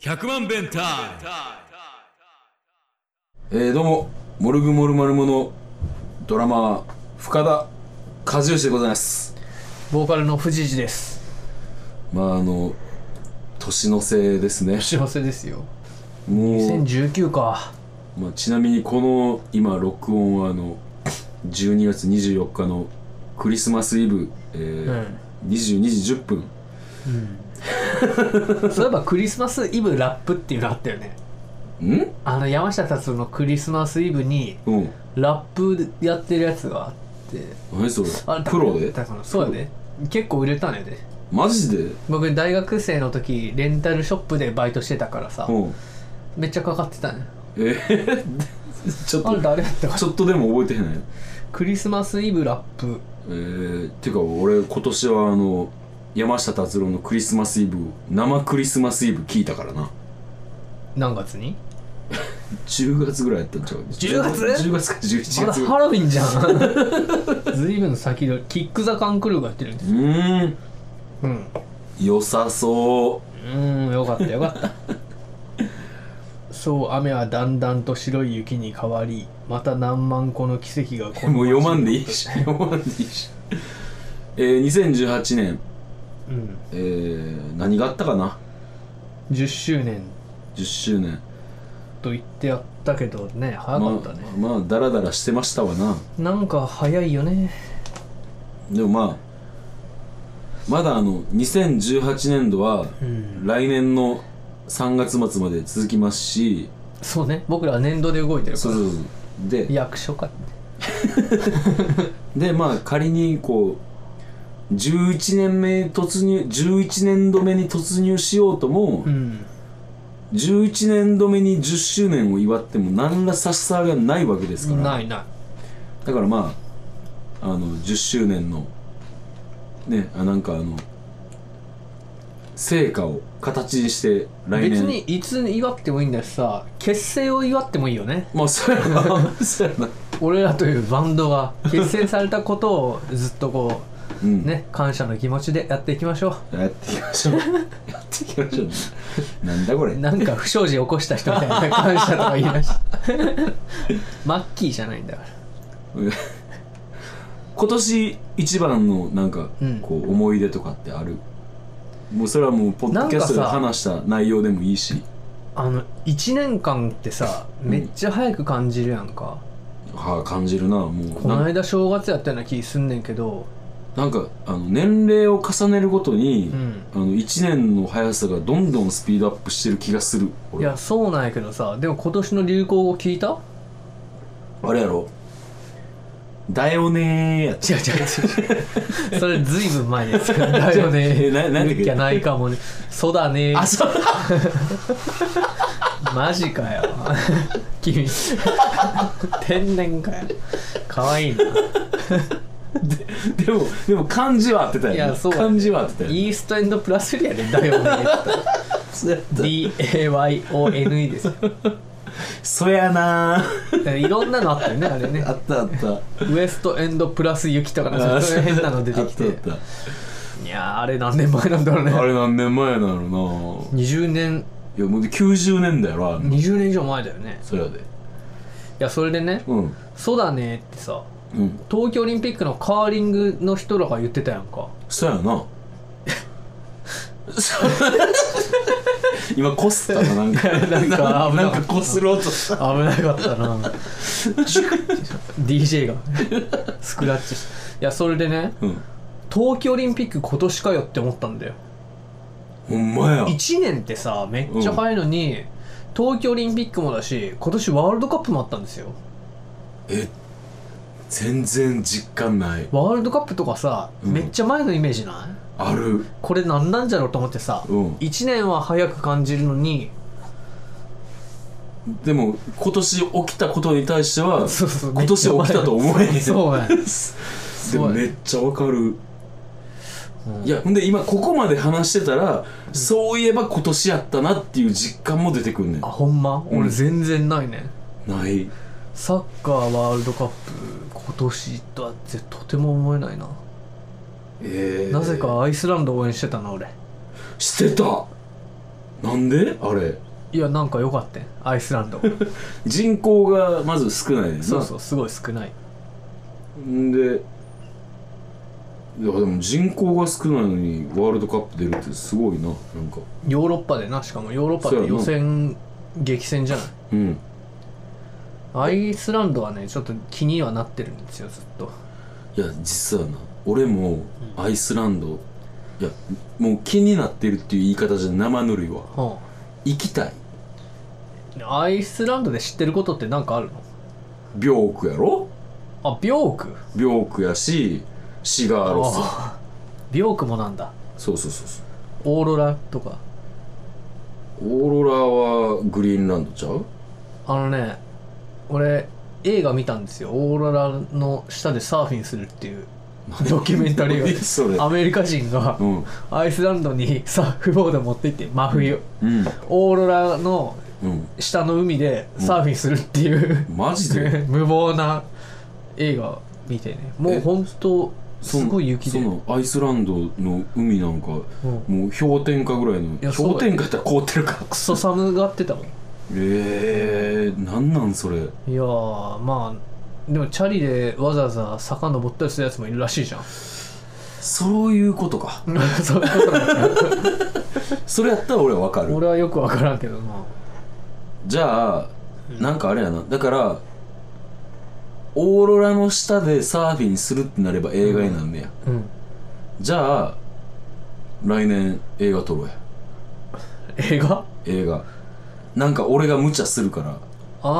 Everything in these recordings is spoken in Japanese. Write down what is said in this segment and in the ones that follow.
100万弁タイムえー、どうも、モルグモルマルモのドラマー、深田和義でございます。ボーカルの藤次ですまあ、あの、年のせいですね。幸せですよもう、 2019かまあ、ちなみにこの今、録音は、あの、12月24日のクリスマスイブ、えうん、ー22時10分。そういえばクリスマスイブラップっていうのあったよねんあの山下達郎のクリスマスイブにうん。ラップやってるやつがあって何それあれプロでだからそうやね結構売れたんやでマジで僕大学生の時レンタルショップでバイトしてたからさうん。めっちゃかかってたねえー、 ちょっあんと、たあれやったかちょっとでも覚えてへん。クリスマスイブラップえー、てか俺今年はあの山下達郎のクリスマスイブ生クリスマスイブ聞いたからな何月に10月ぐらいやったんちゃう10月 ?10 月か11まだ月ぐハらいロウィンじゃん 随分先取りキック・ザ・カンクルーがやってるんでうーんうん良さそうーんよかったよかった そう雨はだんだんと白い雪に変わりまた何万個の奇跡がこう もう読まんでいいし読まんでいいし えー、2018年、うん、えー、何があったかな10周年10周年と言ってやったけどね早かったね、まあまあダラダラしてましたわななんか早いよねでもまあまだあの2018年度はうん来年の3月末まで続きますし、そうね僕らは年度で動いてるかそうらそうそうで役所かでまあ仮にこう11年目突入11年度目に突入しようとも、うん11年度目に10周年を祝っても何ら差し障りがないわけですからないないだからまああの10周年のねあなんかあの成果を形にして来年別にいつ祝ってもいいんだしさ結成を祝ってもいいよねまあそうや なそうやな俺らというバンドが結成されたことをずっとこ うんうね感謝の気持ちでやっていきましょうやっていきま しょうやっていきましょうなんだこれなんか不祥事起こした人みたいな感謝とか言い出した マッキーじゃないんだから今年一番のなんかうんこう思い出とかってある、もうそれはもうポッドキャストでなんかさ話した内容でもいいしあの1年間ってさうんめっちゃ早く感じるやんか、はあ感じるなもうこのな間正月やったような気すんねんけどなんかあの年齢を重ねるごとに、うんあの1年の速さがどんどんスピードアップしてる気がするい俺やそうなんやけどさでも今年の流行語聞いたあれやろだよねーやっ違う違う違うそれずいぶん前ですよ だよねななんだっけじゃないかもねそうだねあそうマジか よ 君天然かよかわいいな でもでも漢字は合ってたよ、ね、いやそう漢字は合ってたよ、ね、イーストエンドプラスリアでだよね DAYONE ですよそやな ーだから いろんなのあったよねあれねあったあったウエストエンドプラス雪とかなんかそういう変なの出てきてあったあっいやーあれ何年前なんだろうねたあれ何年前なのな20年いやもう90年代やろあんの20年以上前だよねそれやでいやそれでねうん「そうだね」ってさうん東京オリンピックのカーリングの人らが言ってたやんかそやなそう今こすったななんか なんか 危なかったんかこすろうとした危なかった な DJ がスクラッチしていやそれでねうん冬季オリンピック今年かよって思ったんだよほんまや1年ってさめっちゃ早いのに、冬季オリンピックもだし今年ワールドカップもあったんですよえ全然実感ないワールドカップとかさ、うんめっちゃ前のイメージないあるこれ何なんじゃろうと思ってさ、うん1年は早く感じるのにでも今年起きたことに対しては そうそう今年起きたと思えへん そうやねでもそうやめっちゃわかるうんいやほんで今ここまで話してたら、そういえば今年やったなっていう実感も出てくんねんあほんまうん俺全然ないね、ないサッカーワールドカップ今年とは絶とても思えないな、えーなぜかアイスランド応援してたな俺してたなんであれいやなんか良かったんアイ スランド人口がまず少ないですそうそうすごい少ないんでいやでも人口が少ないのにワールドカップ出るってすごいななんかヨーロッパでなしかもヨーロッパっそうてやな予選激戦じゃないうんアイスランドはねちょっと気にはなってるんですよずっといや実はな俺もアイスランドいやもう気になってるっていう言い方じゃ生ぬるいわは行きたいあアイスランドで知ってることって何かあるの病区やろあビョーク病区やしシガーロスあビョークもなんだそうそうそうそうオーロラとかオーロラはグリーンランドちゃうあのね俺映画見たんですよオーロラの下でサーフィンするっ ていうドキュメンタリーがあってそれアメリカ人がうんアイスランドにサーフボード持って行って真冬、うんオーロラのうん下の海でサーフィンするっていう、マジで 無謀な映画見てねもえう本当すごい雪で、そのアイスランドの海なんかうんもう氷点下ぐらいのや氷点下やったら凍ってる かクソ寒がってたもんええー、なんなんそれいやーまあでもチャリでわざわざ坂登ったりするやつもいるらしいじゃ んそういうことかそういうことなんだよそれやったら俺はわかる俺はよくわからんけどなじゃあなんかあれやなだからオーロラの下でサーフィンするってなれば映画になんねや、うんじゃあ来年映画撮ろうや映画映画なんか俺が無茶するから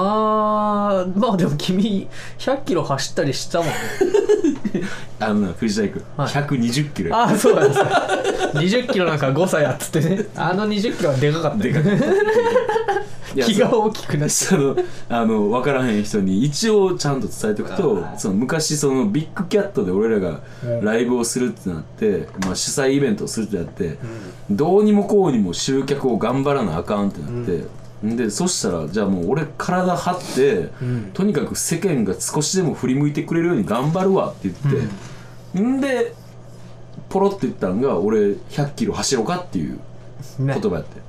あーまあでも君100キロ走ったりしたもんねあのな藤田君、はい120キロや ああそうなん ですね20キロなんか5歳やっつってねあの20キロはでかかったでよかく ていや気が大きくなっその あの分からへん人に一応ちゃんと伝えておくとその昔そのビッグキャットで俺らがうんライブをするってなって、まあ、主催イベントをするってなって、どうにもこうにも集客を頑張らなあかんってなって、ん、でそしたらじゃあもう俺体張って、んとにかく世間が少しでも振り向いてくれるように頑張るわって言って、んでポロって言ったんが俺1 0 0キロ走ろうかっていうね言葉やって。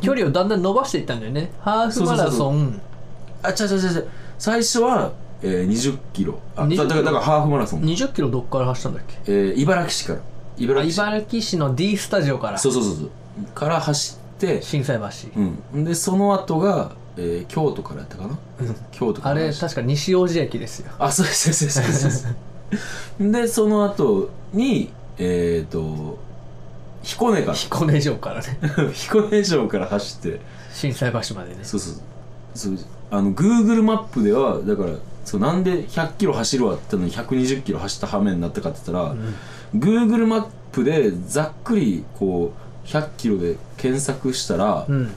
距離をだんだん伸ばしていったんだよねハーフマラソンあ、違う違う違う違う最初は、えー、20キロ。あ、 20だだから、だからハーフマラソン。 20キロどっから走ったんだっけえー、茨城市から。茨あ城市。茨城市の D スタジオからそうそうそうそう。から走って、心斎橋、うん。で、その後が、えー、京都からやったかな。京都かあら。れ確か西大路駅ですよ あ、そうそうそうそうそう そう。で、その後に、えっ、ー、と、彦根か彦根城からね ら。彦根城から走って。心斎橋までねそうそうそうあの Google マップではだからそうなんで100キロ走るわって言ったのに120キロ走った羽目になったかって言ったら、Google マップでざっくりこう100キロで検索したら、うん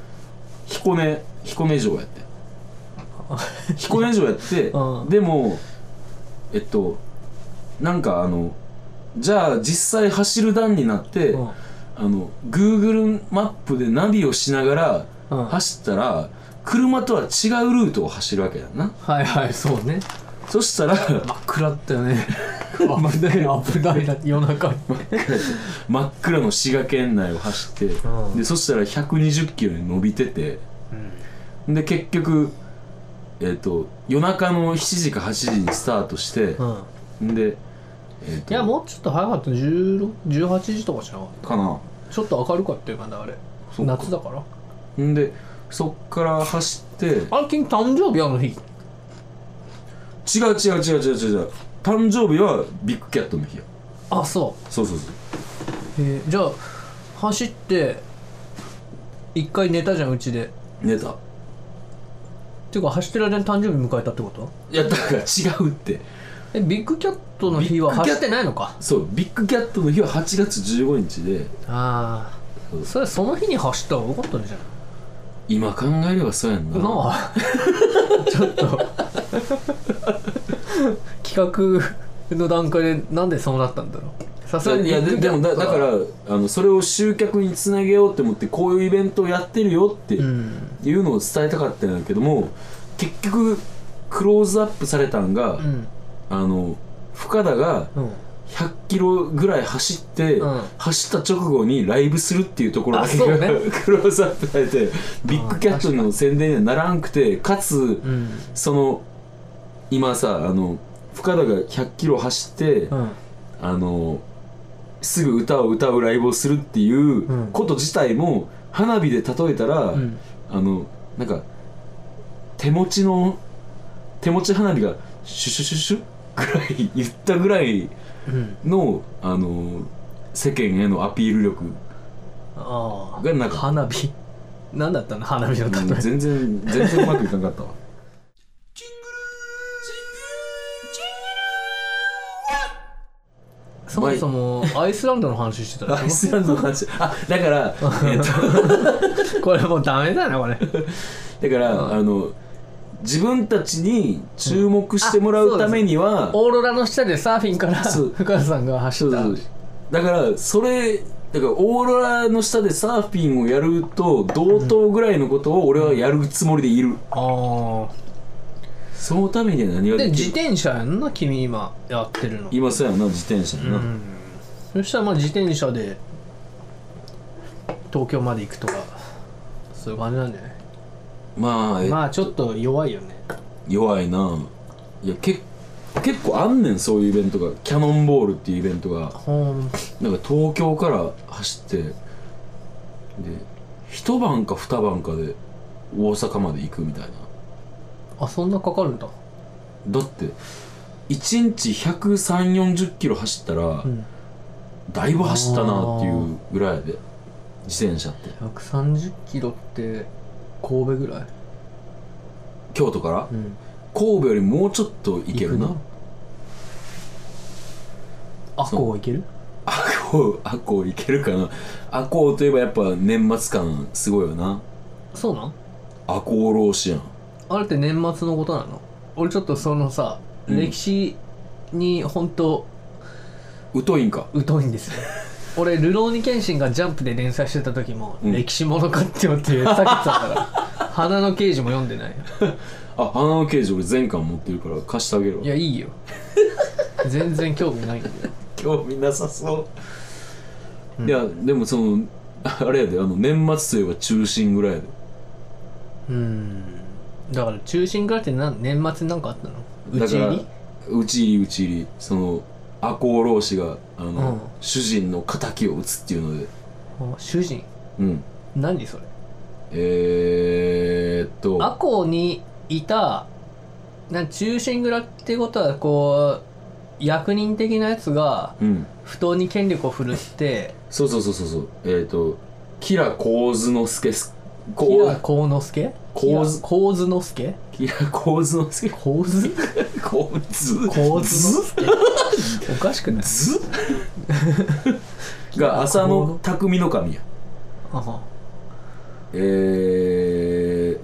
彦根彦根城や って彦根城やって、うんでもえっとなんかあのじゃあ実際走る段になって、うんあの Google マップでナビをしながうらん走ったら、車とは違うルートを走るわけだなはいはいそうねそしたら 真っ暗だったよね 危ない危ないな夜中に真っ暗の滋賀県内を走って、うんでそしたら120キロに伸びててで結局えっ、と夜中の7時か8時にスタートしてう、ん、うん、で、えっといやもうちょっと早かった16 18時とかじゃなかっかなたちょっと明るかったよまだあれそっか夏だからんでそっから走って違うあれ君誕生日あの日違う違う違う違う違う誕生日はビッグキャットの日やあそうそうそうそうへえじゃあ走って一回寝たじゃんうちで寝たていうか走ってる間に誕生日迎えたってこといやだから違うってえビッグキャットの日はビッグキ走ャッってないのかそうビッグキャットの日は8月15日でああそれその日に走った方が良かったんじゃな今考えればそうやんないなあちょっと企画の段階でなんでそうなったんだろうさすがにいやででもだだからあのそれを集客につなげようって思ってこういうイベントをやってるよってうんいうのを伝えたかったんだけども結局クローズアップされたんが、うんあの深田がうん100キロぐらい走って、うん走った直後にライブするっていうところだけあそが、うね クローズアップされてビッグキャットの宣伝にはならんくてかつうんその今さあの深田が100キロ走って、うんあのすぐ歌を歌うライブをするっていううんこと自体も花火で例えたら、うんあのなんか手持ちの手持ち花火がシュシュシュシュぐらい言ったぐらいうんのあの世間へのアピール力あがなあんか花火何だったの花火の例え全然全然うまくいかなか ったわそもそもアイスランドの話してたでしょアイスランドの話あだ から、えっと、 これもうダメだなこれだから、うんあの自分たちに注目してもらうためには、オーロラの下でサーフィンからそう深田さんがそう走っそたうだからそれだからオーロラの下でサーフィンをやると同等ぐらいのことを俺はやるつもりでいる、あそのためには何あがでで自きる転車やんな君今やってるの今そうやな自転車やな、うんそしたらまあ自転車で東京まで行くとかそういう感じなんじゃないまあ、えまあちょっと弱いよね弱いないやけ結構あんねんそういうイベントがキャノンボールっていうイベントがほんなんか東京から走ってで一晩か二晩かで大阪まで行くみたいなあそんなかかるんだだって1日1 3 4 0キロ走ったら、うんだいぶ走ったなっていうぐらいで自転車って130キロって神戸ぐらい京都からうん神戸よりもうちょっと行けるな行くあそうこう行ける阿公阿公行けるかな阿公といえばやっぱ年末感すごいよなそうなん阿公老子やんあれって年末のことなの俺ちょっとそのさ、うん歴史に本当疎いんか疎いん ですよ俺「ルローニケンシン」が「ジャンプ」で連載してた時も「うん歴史ものかってよ」って避けてたから「花の刑事」も読んでないよあ花の刑事俺全巻持ってるから貸してあげるわいやい いよ全然興味ないんだよ興味なさそううんいやでもそのあれやであの年末といえば中心ぐらいやでうんだから中心ぐらいってな年末になんかあったのだうちから入り討ち入り討ち入りその赤穂浪士があの、うん主人の敵を討つっていうのであ主人うん何それえー、っとアコにいたなん中心蔵ってことはこう役人的なやつがうん不当に権力を振るってそうそうそうそうそうえー、っと吉良幸之助す吉こ良う幸之助こうず幸之助吉良幸之助幸之こうず幸之ず助おかしくな いずが浅野匠の神やあはえ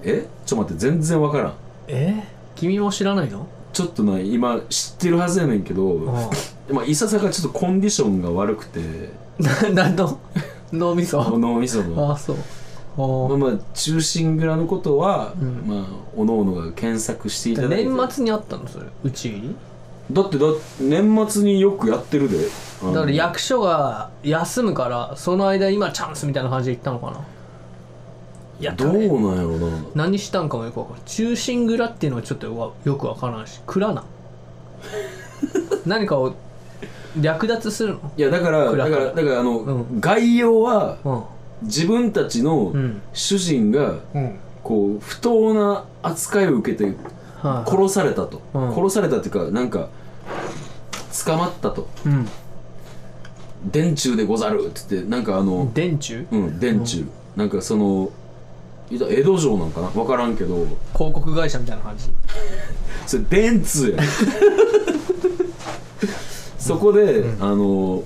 ー、えちょっと待って全然わからんえ君も知らないのちょっとな今知ってるはずやねんけど、あまあ、いささかちょっとコンディションが悪くてあ何の脳みこそのみそあのあそうまああまあ中心蔵のことは、うんまあおのおのが検索していたあだいて年末にあったのそれうち入りだってだ年末によくやってるであのだから役所が休むからその間今チャンスみたいな感じで行ったのかなやったどねうなんやろな何したんかもよくわからん中心蔵っていうのはちょっとわよくわからんし 蔵な何かを略奪するのいやだから暗だくからだからあの、うん概要はうん自分たちのうん主人がうんこう不当な扱いを受けてはい殺されたと、うん殺されたっていうかなんか捕まったと「電柱でござる」って言ってなんかあの、うん電柱うん電柱、なんかそのいや江戸城なんかな分からんけど広告会社みたいな感じそれ電通やん そこで、あの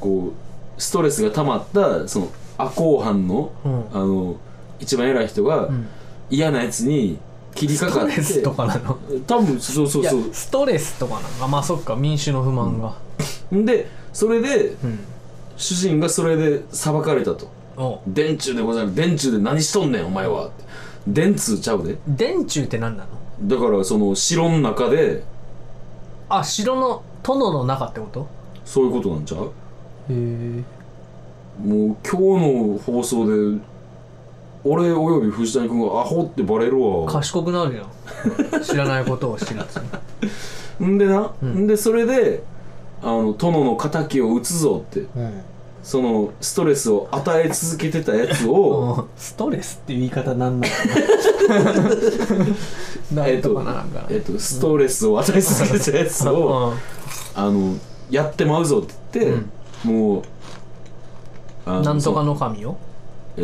こうストレスが溜まったその赤穂藩の、うんあの一番偉い人が、ん嫌なやつに切りかスかトっレてスとかなの多分そうそういやそストレスとかなのあまあそっか民主の不満がうんでそれでうん主人がそれで裁かれたとお「電柱でござる電柱で何しとんねんお前は」って電通ちゃうで電柱って何なのだからその城の中であ城の殿の中ってことそういうことなんちゃうへえもう今日の放送で俺および藤谷君がアホってバレるわ賢くなるやん知らないことを知らずにんでな、うんんでそれであの殿の敵を討つぞってうんそのストレスを与え続けてたやつを もうストレスっていう言い方なんな のなえっんとと かならんからえっと、ストレスを与え続けてたやつ を、あのやってまうぞって言って、もうあうのんなんとそかのの神をえ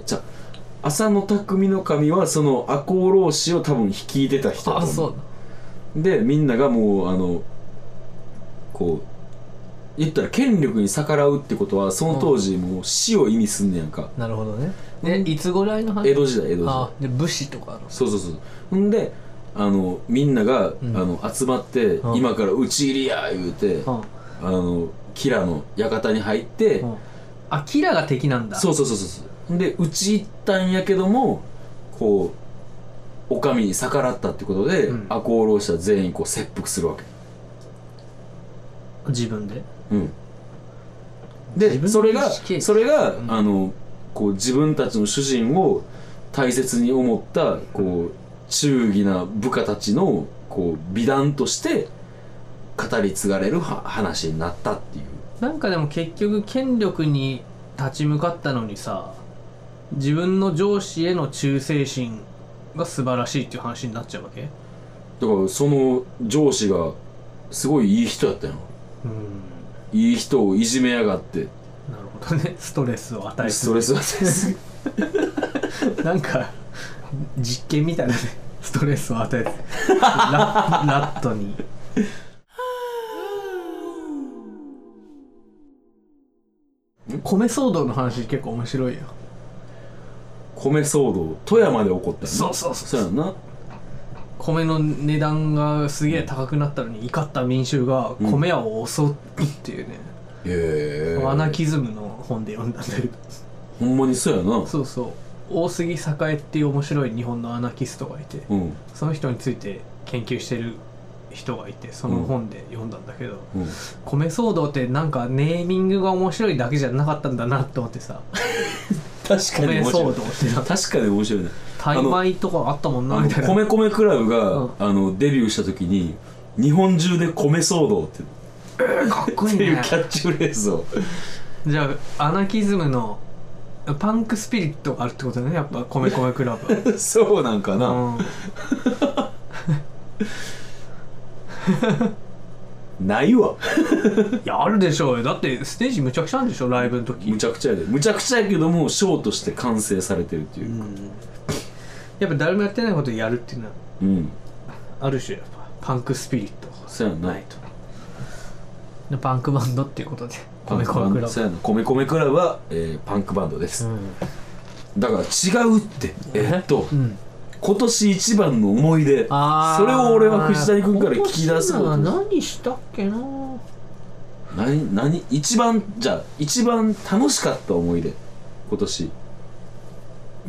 ー、じゃあ浅野匠の神はその赤穂浪士を多分率いてた人だあと思そううでみんながもうあのこう言ったら権力に逆らうってことはその当時もう死を意味すんねやんか、なるほどねでいつぐらいの話江戸時代江戸時代あで武士とかのそうそうそうほんであのみんなが、んあの集まって、うん今から討ち入りや言うて、うんあのキラの館に入って、うんあキラが敵なんだそうそうそうそうそうで討ち入ったんやけどもこうお上に逆らったってことで、うん赤穂浪士は全員こう切腹するわけ自分でうん、自で分のそれが意識それが、うんあのこう自分たちの主人を大切に思ったこう忠義な部下たちのこう美談として語り継がれるは話になったっていうなんかでも結局権力に立ち向かったのにさ自分の上司への忠誠心が素晴らしいっていう話になっちゃうわけだからその上司がすごいいい人やったようんいい人をいじめやがってなるほどねストレスを与えストレスは なんか実験みたいなねストレスを与えてラ ラットに米騒動の話結構面白いよ米騒動富山で起こったよなそうそうそそううやんな米の値段がすげえ高くなったのに怒った民衆がうん米屋を襲うっていうね、へアナキズムの本で読んだんだけどほんまにそうやなそうそう大杉栄っていう面白い日本のアナキストがいてうんその人について研究してる人がいてその本で読んだんだけど、うん米騒動ってなんかネーミングが面白いだけじゃなかったんだなって思ってさ確かに米面白騒動いってな確かに面白いね大米とかあったもんあなのみたいな米米クラブが、うんあのデビューした時に日本中で米騒動ってっかっこいいていうねキャッチフレーズを じゃあアナキズムのパンクスピリットがあるってことだねやっぱ米米クラブ そうなんかな、うんないわいやあるでしょうよだってステージむちゃくちゃあるんでしょライブの時むちゃくちゃやでむちゃくちゃやけどもショーとして完成されてるっていうやっぱ誰もやってないことやるっていうのはうん、ある種やっぱパンクスピリットそうやんなないとでパンクバンドっていうことでパ米ン米クバンクドラそうブやな米米クラブは、えーパンクバンドです、だから違うってえーっとうんうん今年一番の思い出あーそれを俺は藤谷君から聞き出すこと今で年なす何したっけな何何一番じゃあ一番楽しかった思い出今年い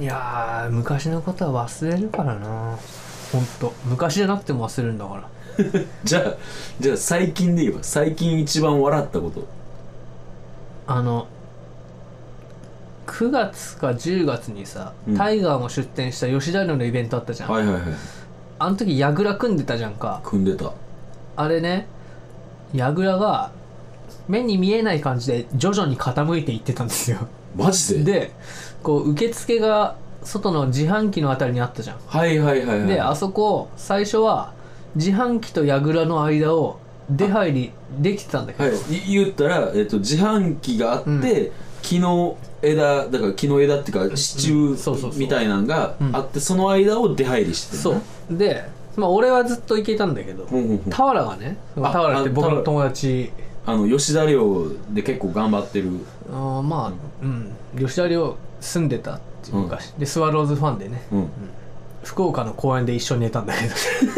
やー昔のことは忘れるからなほんと昔じゃなくても忘れるんだからじゃあじゃあ最近で言えば最近一番笑ったことあの9月か10月にさ、うんタイガーも出店した吉田寮のイベントあったじゃん、はいはいはいあの時矢倉組んでたじゃんか組んでたあれね矢倉が目に見えない感じで徐々に傾いていってたんですよマジででこう受付が外の自販機のあたりにあったじゃんはいはいはいはいであそこ最初は自販機と櫓の間を出入りできてたんだけど、はい、い言ったら、えっと自販機があって、うん木の枝だから木の枝っていうか支柱、うんそうそうそうみたいなんがあって、その間を出入りしてたそうで、まあ、俺はずっと行けたんだけど、ほんほんほん俵がねあ俵って僕あ俵の友達あの吉田寮で結構頑張ってるあーまあうん吉田寮住んでたっていう昔、でスワローズファンでねうん福岡の公園で一緒に寝たんだけ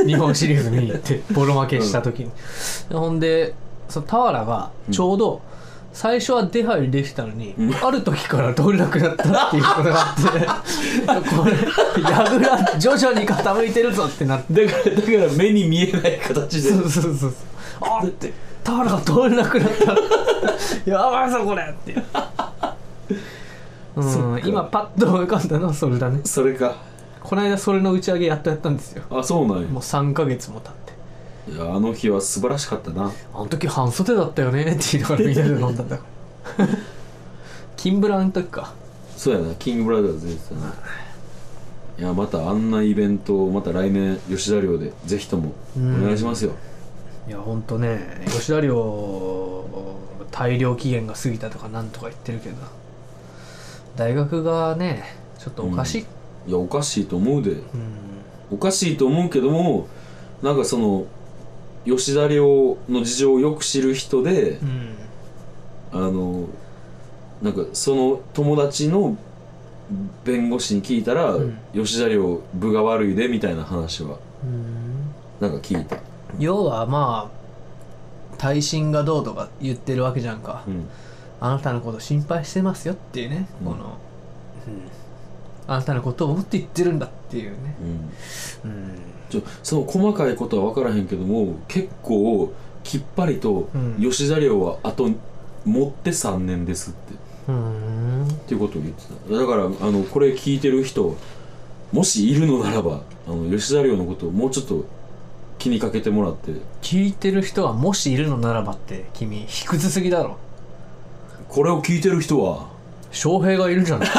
ど 日本シリーズ見に 行ってボロ負けした時に、でほんでその俵がちょうど最初は出入りできたのに、ある時から通れなくなったっていうことがあっ てこれ櫓徐々に傾いてるぞってなってだからだから目に見えない形でそうそうそうそうあって俵が通れなくなった やばいぞこれってうそっんか今パッと浮かんだのはそれだねそれかこの間それの打ち上げやっとやったんですよあそうなんやもう3ヶ月も経っていやあの日は素晴らしかったなあの時半袖だったよねって言いながらみんなで飲んだんだキンブラの時かそうやなキングブラザーズ出てたないやまたあんなイベントをまた来年吉田寮でぜひともおん願いしますよ、いやほんとね吉田寮大量期限が過ぎたとかなんとか言ってるけど大学がねちょっとおかしい、いやおかしいと思うでうんおかしいと思うけどもなんかその吉田寮の事情をよく知る人でう、あんのなんかその友達の弁護士に聞いたら、うん吉田寮部が悪いでみたいな話はうんなんか聞いた、要はまあ耐震がどうとか言ってるわけじゃんか、うんあなたのこと心配してますよっていうね、うんこの、あなたのことを思って言ってるんだっていうね、うん、うん、ちょその細かいことは分からへんけども結構きっぱりとうん吉田寮はあと持って3年ですってっていうことを言ってただからあのこれ聞いてる人もしいるのならばあの吉田寮のことをもうちょっと気にかけてもらって聞いてる人はもしいるのならばって君卑屈すぎだろこれを聞いてる人は翔平がいる じゃない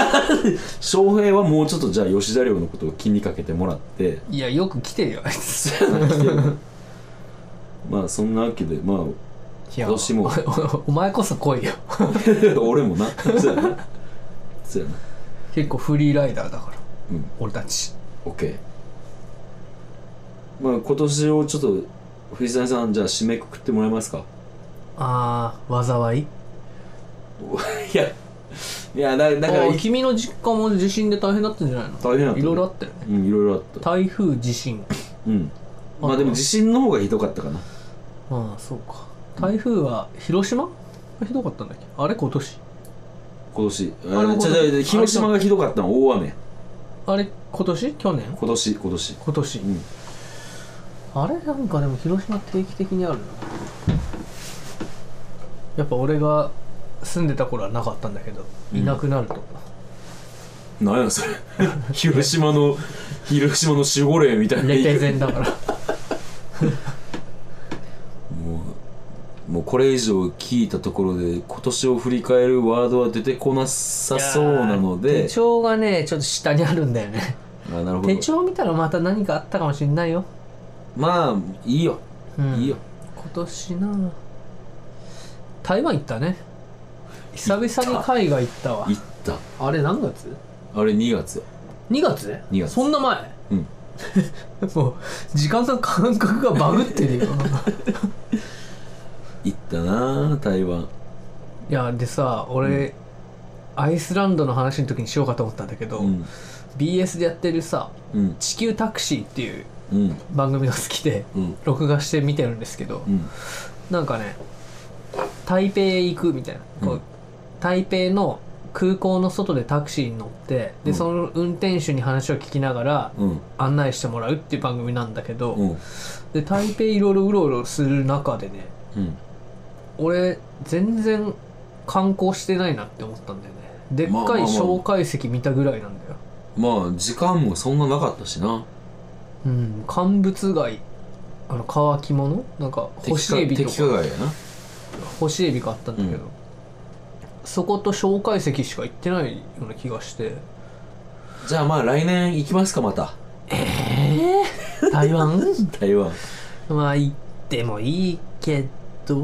翔平はもうちょっとじゃあ吉田寮のことを気にかけてもらっていやよく来てよあいつまあそんなわけでまいやどうしようもおおお前こそ来いよあ俺もなそうやなそうやな結構フリーライダーだから、うん俺たち OK まあ今年をちょっと藤谷さんじゃあ締めくくってもらえますかああ災いいやいやだだからあーい君の実家も地震で大変だったんじゃないの大変だったねいろいろあったよねうんいろいろあった台風地震うんまあでも地震の方がひどかったかなああそうか台風は広島がひどかったんだっけあれ今年今年あれもじゃあじゃあじゃあ広島がひどかったの大雨あれ今年去年今年今年今年、んあれなんかでも広島定期的にあるなやっぱ俺が住んでた頃はなかったんだけどいなくなると、なんやそれ 広島の広島の守護霊みたいなレペゼンだからもうもうこれ以上聞いたところで今年を振り返るワードは出てこなさそうなのいやーで手帳がねちょっと下にあるんだよねあなるほど手帳見たらまた何かあったかもしんないよ、まあいいよ、うんいいよ今年な台湾行ったね久々に海外行ったわ行ったあれ何月あれ2月や ?2 月2月そんな前うん もう時間の感覚がバグっ てるよ行ったなあ台湾いやでさ俺、アイスランドの話の時にしようかと思ったんだけど、うん BS でやってるさうん「地球タクシー」っていううん番組が好きでうん録画して見てるんですけど、うんなんかね台北へ行くみたいな、こううん台北の空港の外でタクシーに乗ってうで、んその運転手に話を聞きながらうん案内してもらうっていう番組なんだけど、うんで台北いろいろうろうろする中でねうん俺全然観光してないなって思ったんだよねでっまあまあかまいあ紹介石見たぐらいなんだよ、まあ時間もそんななかったしなうん乾物貝あの乾き物なんか干しエビと敵かか外やな干しエビがあったんだけど、うんそこと紹介石しか行ってないような気がしてじゃあまあ来年行きますかまたえー、台湾台湾まあ行ってもいいけど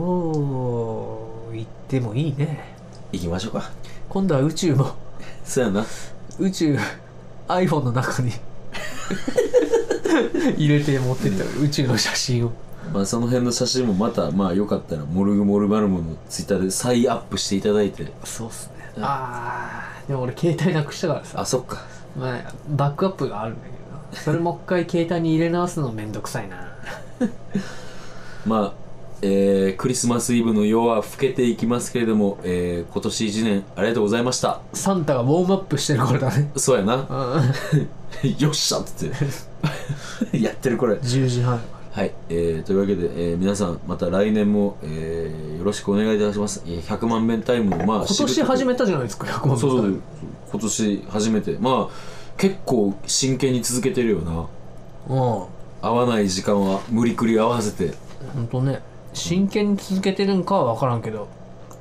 行ってもいいね行きましょうか今度は宇宙も そうやな宇宙 iPhone の中に 入れて持ってった宇宙の写真をまあその辺の写真もまたまあよかったらモルグモルマルモのツイッターで再アップしていただいてそうっすねうんあーでも俺携帯なくしたからさあ、そっかまあ、バックアップがあるんだけどなそれもう一回携帯に入れ直すのめんどくさいなまあえークリスマスイブの夜は更けていきますけれども、えー今年1年ありがとうございましたサンタがウォームアップしてる頃だねそうやな 10 よっしゃって言ってやってるこれ時半はい、えーというわけで、えー皆さんまた来年も、えーよろしくお願いいたしますえー100万遍タイムをまあ今年始めたじゃないですか100万そうそう今年初めてまあ結構真剣に続けてるよなうん本合わない時間は無理くり合わせて当ね真剣に続けてるんかは分からんけど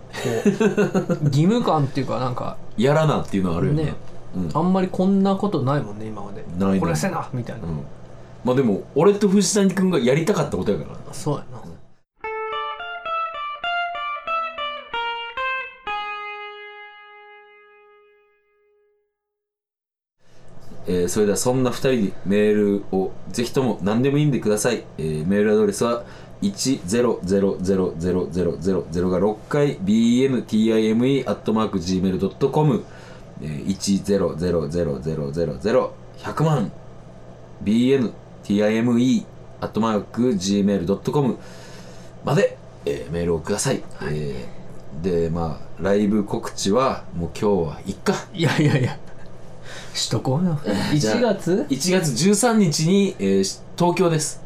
こう 義務感っていうかなんかやらなっていうのはあるよねねうんあんまりこんなことないもんね今までないねこれせなみたいな、うんまあでも俺と藤谷君がやりたかったことやからそうやなえーそれではそんな2人にメールをぜひとも何でもいいんでください、えーメールアドレスは1000000が6回 bmtime.gmail.com、えー、10000000100万 bmtime.gmail.com まで、えーメールをください、えーでまあライブ告知はもう今日はいっかいやいやいやしとこうよ じゃあ1月1月13日に、えーし東京です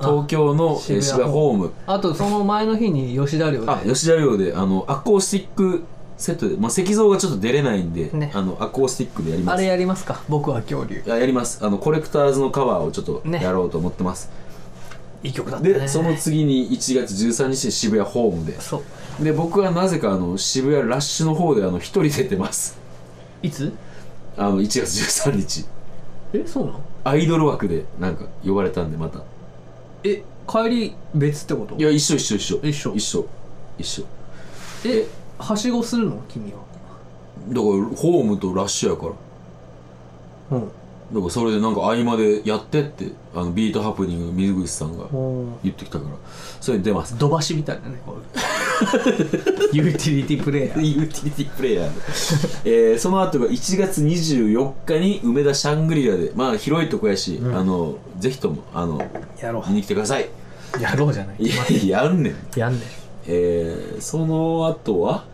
東京のえー渋谷渋谷ホームあとその前の日に吉田寮であ吉田寮であのアコースティックセットで、まあ、石像がちょっと出れないんで、ねあのアコースティックでやりあますれやりますか僕は恐竜ややりますあのコレクターズのカバーをちょっとねやろうと思ってます、いい曲だったねでその次に1月13日に渋谷ホームでそうで僕はなぜかあの渋谷ラッシュの方であの一人出てますいつあの1月13日えそうなのアイドル枠でなんか呼ばれたんでまたえ帰り別ってこといや一緒一緒一緒一緒一緒一緒えはしごするの君はだからホームとラッシュやからうんだからそれでなんか合間でやってってあのビートハプニングの水口さんが言ってきたからそれに出ます土橋みたいなねこう ユーティリティプレイヤーユーティリティプレイヤーで、えーその後が1月24日に梅田シャングリラでまあ広いとこやし、あのぜひともあのやろ見に来てくださいうんやろうじゃないいややんねんやんねえー、その後は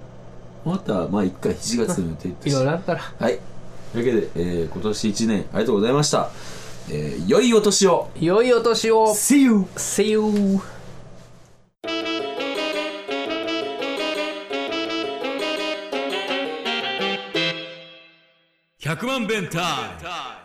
またまあ1回7月の予定といしてろいろあったらはいというわけで、えー今年1年ありがとうございました、えー良いお年を良いお年を See you! See you! Hyakuman Bentai.